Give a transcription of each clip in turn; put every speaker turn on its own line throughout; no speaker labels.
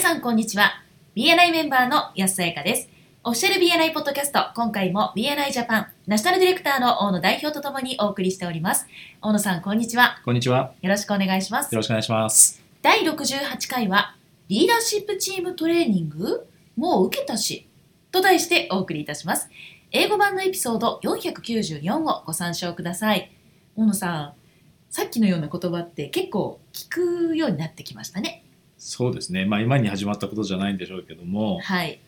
さんこんにちは BNI メンバーの安さやかですオフィシャル BNI ポッドキャスト今回も BNI ジャパンナショナルディレクターの大野代表とともにお送りしております大野さんこんにちは
こんにちは。
よろしくお願いします
よろしくお願いします。
第68回はリーダーシップチームトレーニングもう受けたしと題してお送りいたします英語版のエピソード494をご参照ください大野さんさっきのような言葉って結構聞くようになってきましたね
そうですね。まあ今に始まったことじゃないんでしょうけども、
はい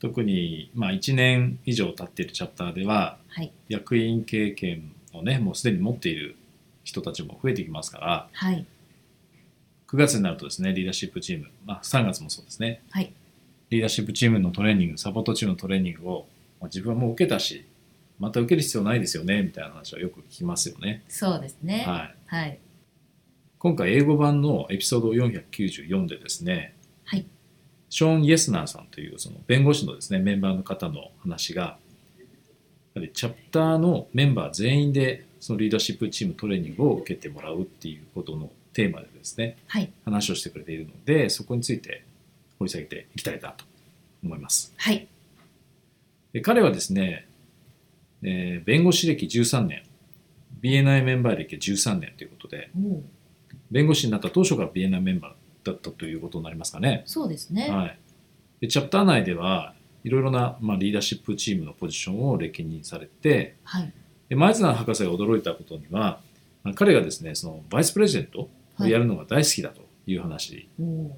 特にまあ1年以上経っているチャプターでは、
はい
役員経験をね、もうすでに持っている人たちも増えてきますから、
はい
9月になるとですね、リーダーシップチーム、まあ3月もそうですね。
はい
リーダーシップチームのトレーニング、サポートチームのトレーニングを、まあ自分はもう受けたし、また受ける必要ないですよね、みたいな話はよく聞きますよね。
そうですね
はい。
はい
今回英語版のエピソード494でですね、
はい
ショーン・イエスナーさんというその弁護士のですねメンバーの方の話がやっぱりチャプターのメンバー全員でそのリーダーシップチームトレーニングを受けてもらうっていうことのテーマでですね
はい
話をしてくれているのでそこについて掘り下げていきたいなと思います
はい
で彼はですね、えー弁護士歴13年 BNI メンバー歴13年ということで
もう
弁護士になった当初から BNI メンバーだったということになりますかね。
そうですね
はい、でチャプター内ではいろいろな、まあ、リーダーシップチームのポジションを歴任されて
はい
で前綱博士が驚いたことにはまあ彼がですねそのバイスプレゼントを
はい
やるのが大好きだという話、
も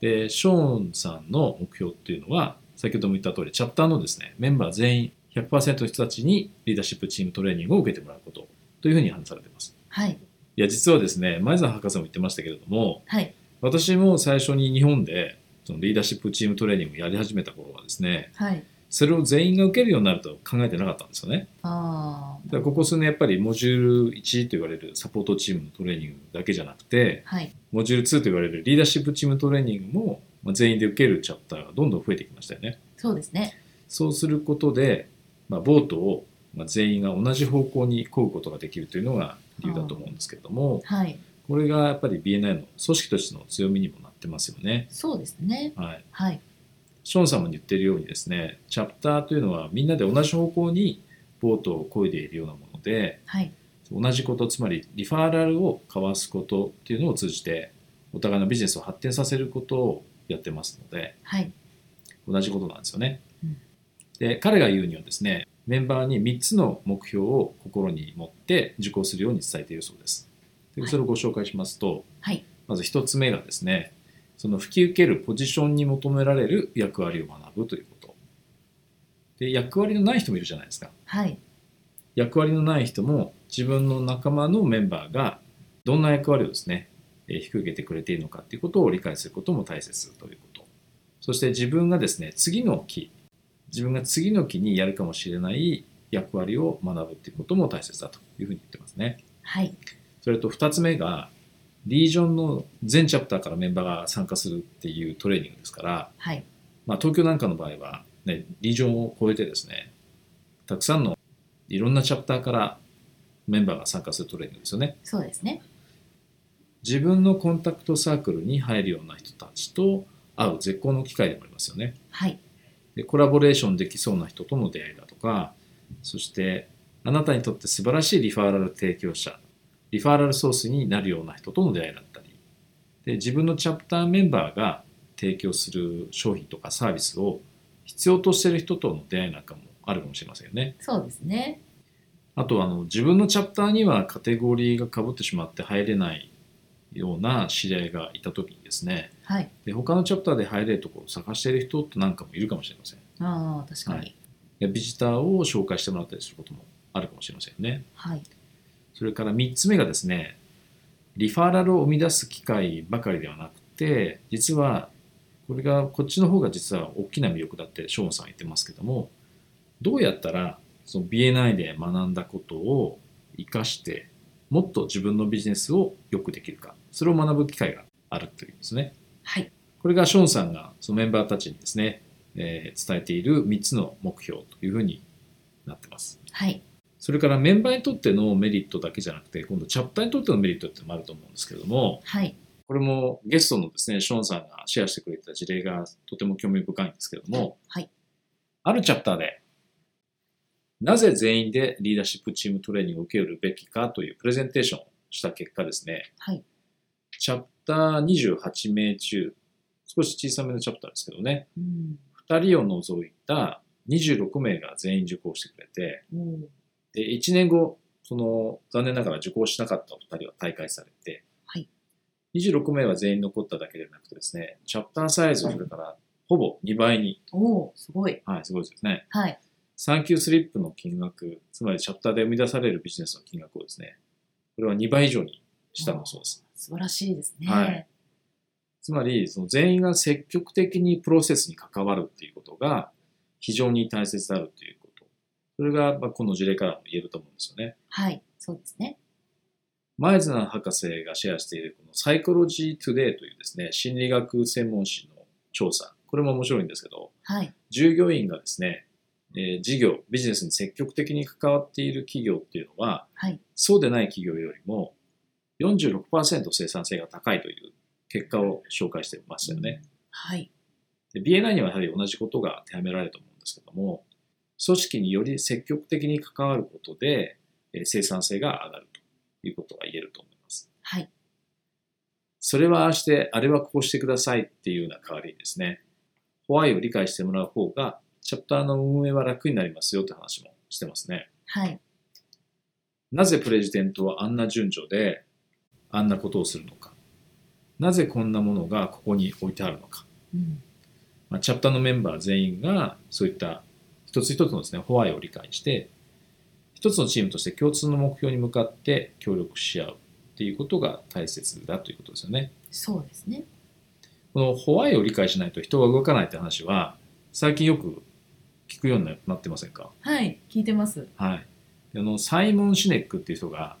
でショーンさんの目標っていうのは先ほども言った通りチャプターのですねメンバー全員100%の人たちにリーダーシップチームトレーニングを受けてもらうことというふうに話されています。
うはい
いや実はですね前綱博士も言ってましたけれども
はい
私も最初に日本でそのリーダーシップチームトレーニングをやり始めた頃はですね
はい
それを全員が受けるようになるとは考えてなかったんですよね
あ
だからここ数年やっぱりモジュール1と言われるサポートチームのトレーニングだけじゃなくて
あはい
モジュール2と言われるリーダーシップチームトレーニングもまあ全員で受けるチャプターがどんどん増えてきましたよね
そうですね
そうすることで、まあ、ボートをまあ全員が同じ方向に漕ぐことができるというのが理由だと思うんですけれども
はい
これがやっぱり BNI の組織としての強みにもなってますよね
そうですね
はい
はい
ショーンさんも言ってるようにですねチャプターというのはみんなで同じ方向にボートを漕いでいるようなもので
はい
同じことつまりリファーラルを交わすことっていうのを通じてお互いのビジネスを発展させることをやってますので
はい
同じことなんですよね。
うん
で彼が言うにはですねメンバーに3つの目標を心に持って受講するように伝えているそうです。で
はい
それをご紹介しますと、
はい
まず1つ目がですねその吹き受けるポジションに求められる役割を学ぶということで役割のない人もいるじゃないですか
はい
役割のない人も自分の仲間のメンバーがどんな役割をですねえー引き受けてくれているのかということを理解することも大切ということそして自分がですね次の期自分が次の期にやるかもしれない役割を学ぶということも大切だというふうに言ってますね
はい
それと2つ目がリージョンの全チャプターからメンバーが参加するっていうトレーニングですから、
はい
まあ、東京なんかの場合は、ね、リージョンを超えてですねたくさんのいろんなチャプターからメンバーが参加するトレーニングですよね
そうですね
自分のコンタクトサークルに入るような人たちと会う絶好の機会でもありますよね
はい
でコラボレーションできそうな人との出会いだとかそしてあなたにとって素晴らしいリファーラル提供者リファーラルソースになるような人との出会いだったりで自分のチャプターメンバーが提供する商品とかサービスを必要としている人との出会いなんかもあるかもしれませんよね。
そうですね
あとあの自分のチャプターにはカテゴリーがかぶってしまって入れないような知り合いがいた時にですね
はい
で他のチャプターで入れるところを探している人ってなんかもいるかもしれません。
ああ確かに
でビジターを紹介してもらったりすることもあるかもしれませんね。
はい
それから3つ目がですね、リファーラルを生み出す機会ばかりではなくて、実はこれがこっちの方が実は大きな魅力だってショーンさんは言ってますけども、どうやったらその BNI で学んだことを生かして、もっと自分のビジネスをよくできるか、それを学ぶ機会があるというんですね。
はい
これがショーンさんがそのメンバーたちにですね、えー伝えている3つの目標というふうになってます。
はい
それからメンバーにとってのメリットだけじゃなくて、今度チャプターにとってのメリットってのもあると思うんですけれども、
はい
これもゲストのですね、ショーンさんがシェアしてくれた事例がとても興味深いんですけども、
はい
あるチャプターで、なぜ全員でリーダーシップチームトレーニングを受けるべきかというプレゼンテーションをした結果ですね、
はい
チャプター28名中、少し小さめのチャプターですけどね、
うん
2人を除いた26名が全員受講してくれて、
おー
で、1年後、その、残念ながら受講しなかったお二人は退会されて、
はい
26名は全員残っただけでなくてですね、チャプターサイズ、それから、ほぼ2倍に、
おーすごい。
はい、すごいですね。
はい。
産休スリップの金額、つまりチャプターで生み出されるビジネスの金額をですね、これは2倍以上にしたのそうです。
素晴らしいですね。
はいつまり、その全員が積極的にプロセスに関わるっていうことが非常に大切であるということ。それが、まあ、この事例からも言えると思うんですよね。
はい。そうですね。
前津南博士がシェアしているこのサイコロジートゥデイというですね、心理学専門誌の調査。これも面白いんですけど、
はい。
従業員がですね、えー事業、ビジネスに積極的に関わっている企業っていうのは、
はい
そうでない企業よりも46%生産性が高いという結果を紹介してましたよね。
はい。
で BNI にはやはり同じことが手はめられると思うんですけども、組織により積極的に関わることで、えー生産性が上がるということが言えると思います。
はい。
それはああして、あれはこうしてくださいっていうような代わりにですね、ホワイを理解してもらう方が、チャプターの運営は楽になりますよって話もしてますね。
はい。
なぜプレジデントはあんな順序で、あんなことをするのか。なぜこんなものがここに置いてあるのか。
うん。
まあ、チャプターのメンバー全員が、そういった一つ一つのですね、ホワイを理解して、一つのチームとして共通の目標に向かって協力し合うっていうことが大切だということですよね。
そうですね。
このホワイを理解しないと人は動かないって話は最近よく聞くようになってませんか
はい。聞いてます。
はい。であのサイモン・シネックっていう人が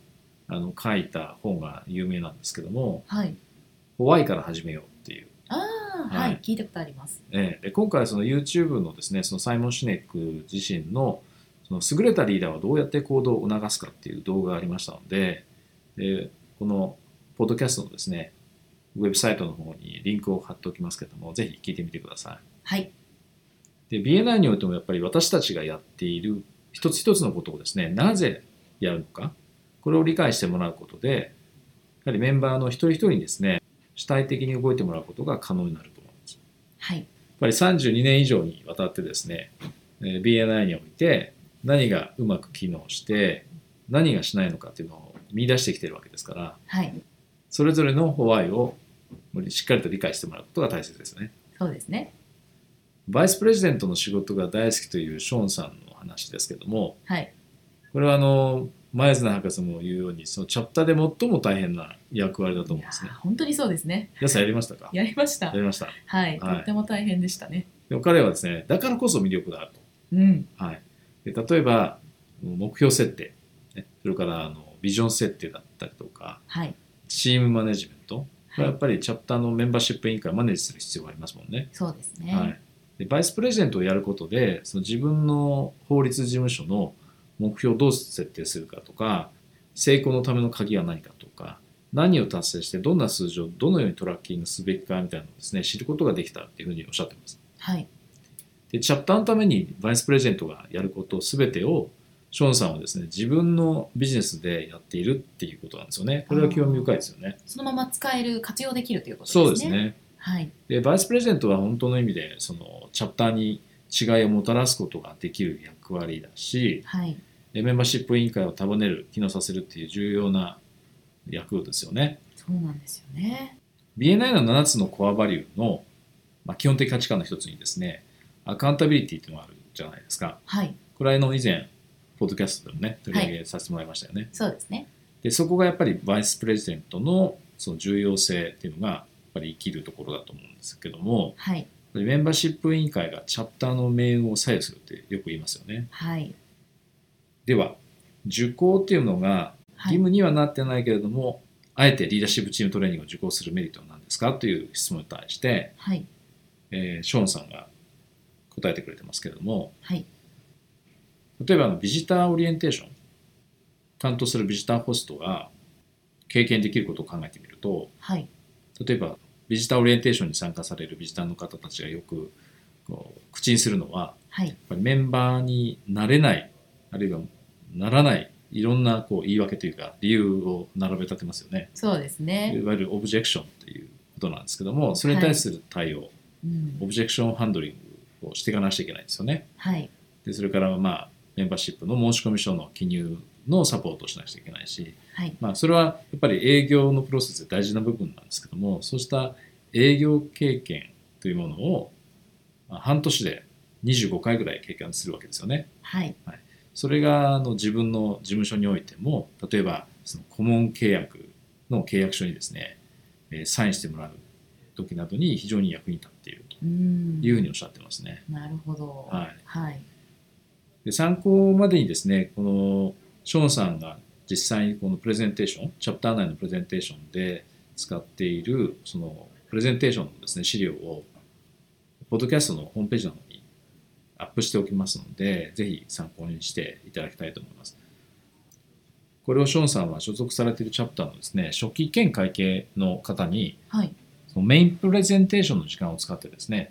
あの書いた本が有名なんですけども
はい。
「ホワイから始めよう」っていう。
ああ、はい、
はい
聞いたことあります。
ええで今回その YouTube のですねそのサイモン・シネック自身のその優れたリーダーはどうやって行動を促すかっていう動画がありましたのででこのポッドキャストのですねウェブサイトの方にリンクを貼っておきますけどもぜひ聞いてみてください。
はい。
で BNI においてもやっぱり私たちがやっている一つ一つのことをですねなぜやるのかこれを理解してもらうことでやはりメンバーの一人一人にですね主体的に動いてもらうことが可能になると思いますや
はい。
っぱり32年以上にわたってですねえー BNI において何がうまく機能して何がしないのかっていうのを見出してきてるわけですから
はい。
それぞれのホワイをしっかりと理解してもらうことが大切ですね
そうですね。
バイスプレジデントの仕事が大好きというショーンさんの話ですけども
はい。
これはあの前津博士も言うようにそのチャプターで最も大変な役割だと思うんです
い
ね
やー本当にそうですね。
皆さんやりましたかや
やりました。
りました
はい。と
はい
っても大変でしたね。
でも彼はですねだからこそ魅力がある
うん。
と、はい、で例えば目標設定ねそれからあのビジョン設定だったりとか
はい。
チームマネジメントこれ
は
はや
い
っ。ぱりチャプターのメンバーシップ委員会をマネージする必要がありますもんね
そうですね。
はい、でバイスプレゼントをやることでその自分の法律事務所の目標をどう設定するかとか成功のための鍵は何かとか何を達成してどんな数字をどのようにトラッキングすべきかみたいなのをですね知ることができたっていうふうにおっしゃってます。
はい。
でチャプターのためにバイスプレゼントがやること全てをショーンさんはですね自分のビジネスでやっているっていうことなんですよね。これは興味深いですよね。
そのまま使える、活用できるということですね。
そうです。ね。
はい。
でバイスプレゼントは本当の意味でそのチャプターに違いをもたらすことができる役割だし
はい。
でメンバーシップ委員会を束ねる機能させるっていう重要な役ですよね
そうなんですよね。
BNI の7つのコアバリューの、まあ、基本的価値観の一つにですねアカウンタビリティっていうのがあるじゃないですか
はい。
これはあの以前ポッドキャストでもね取り上げさせてもらいましたよね、
そうですね。
でそこがやっぱりバイスプレゼントのその重要性っていうのがやっぱり生きるところだと思うんですけども、
はい。
メンバーシップ委員会がチャプターの命運を左右するってよく言いますよね。
はい。
では、受講っていうのが
は
義
い。
務にはなってないけれども、あえてリーダーシップチームトレーニングを受講するメリットは何ですかという質問に対して、
はい。
えーショーンさんが答えてくれてますけれども、
はい。
例えばあのビジターオリエンテーション、担当するビジターホストが経験できることを考えてみると、
はい。
例えばビジターオリエンテーションに参加されるビジターの方たちがよくこう口にするのは
はい
やっぱりメンバーになれないあるいはならないいろんなこう言い訳というか理由を並べ立てますよね
そうですね、
いわゆるオブジェクションということなんですけどもそれに対する対
う
応、
ん
オブジェクションハンドリングをしていかなきゃいけないんですよね
はい
でそれからまあメンバーシップの申し込み書の記入のサポートをしなくちゃいけないし、
はい
まあ、それはやっぱり営業のプロセスで大事な部分なんですけどもそうした営業経験というものをまあ半年で25回ぐらい経験するわけですよね。
はい
それがあの自分の事務所においても例えばその顧問契約の契約書にですねえーサインしてもらう時などに非常に役に立っていると
うん
いうふうにおっしゃってますね。
なるほど
はい、
はい
で参考までにですねこのショーンさんが実際にこのプレゼンテーションチャプター内のプレゼンテーションで使っているそのプレゼンテーションのですね資料をポッドキャストのホームページの方にアップしておきますのでぜひ参考にしていただきたいと思いますこれをショーンさんは所属されているチャプターのですね初期兼会計の方に
はい
そのメインプレゼンテーションの時間を使ってですね、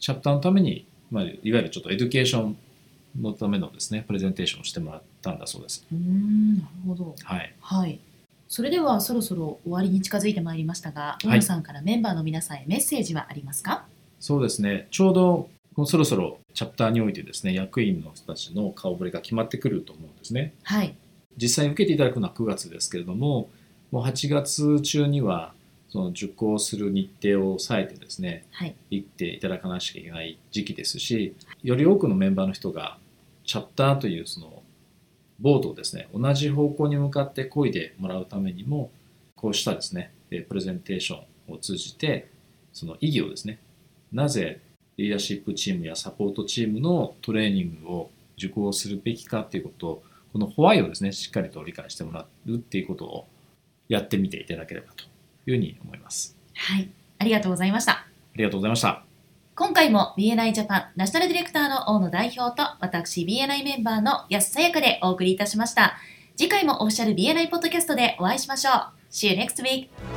チャプターのために、まあ、いわゆるちょっとエデュケーションのためのですね、プレゼンテーションをしてもらったんだそうです。
うんなるほど
はい。
はいそれではそろそろ終わりに近づいてまいりましたが
い
大野さんからメンバーの皆さんへメッセージはありますか
そうですね、ちょうどもうそろそろチャプターにおいてですね、役員の人たちの顔ぶれが決まってくると思うんですね。
はい
実際に受けていただくのは9月ですけれども、もう8月中には、その受講する日程を抑えてですね、
はい
行っていただかなきゃいけない時期ですしより多くのメンバーの人がチャプターというそのボートをですね同じ方向に向かって漕いでもらうためにもこうしたですねえープレゼンテーションを通じてその意義をですねなぜリーダーシップチームやサポートチームのトレーニングを受講するべきかということをこのホワイをですねしっかりと理解してもらうっていうことをやってみていただければというふうに思います。
はいありがとうございました
ありがとうございました。
今回も BNI ジャパンナショナルディレクターの大野代表と私 BNI メンバーの安さやかでお送りいたしました。次回もオフィシャル BNI ポッドキャストでお会いしましょう。See you next week!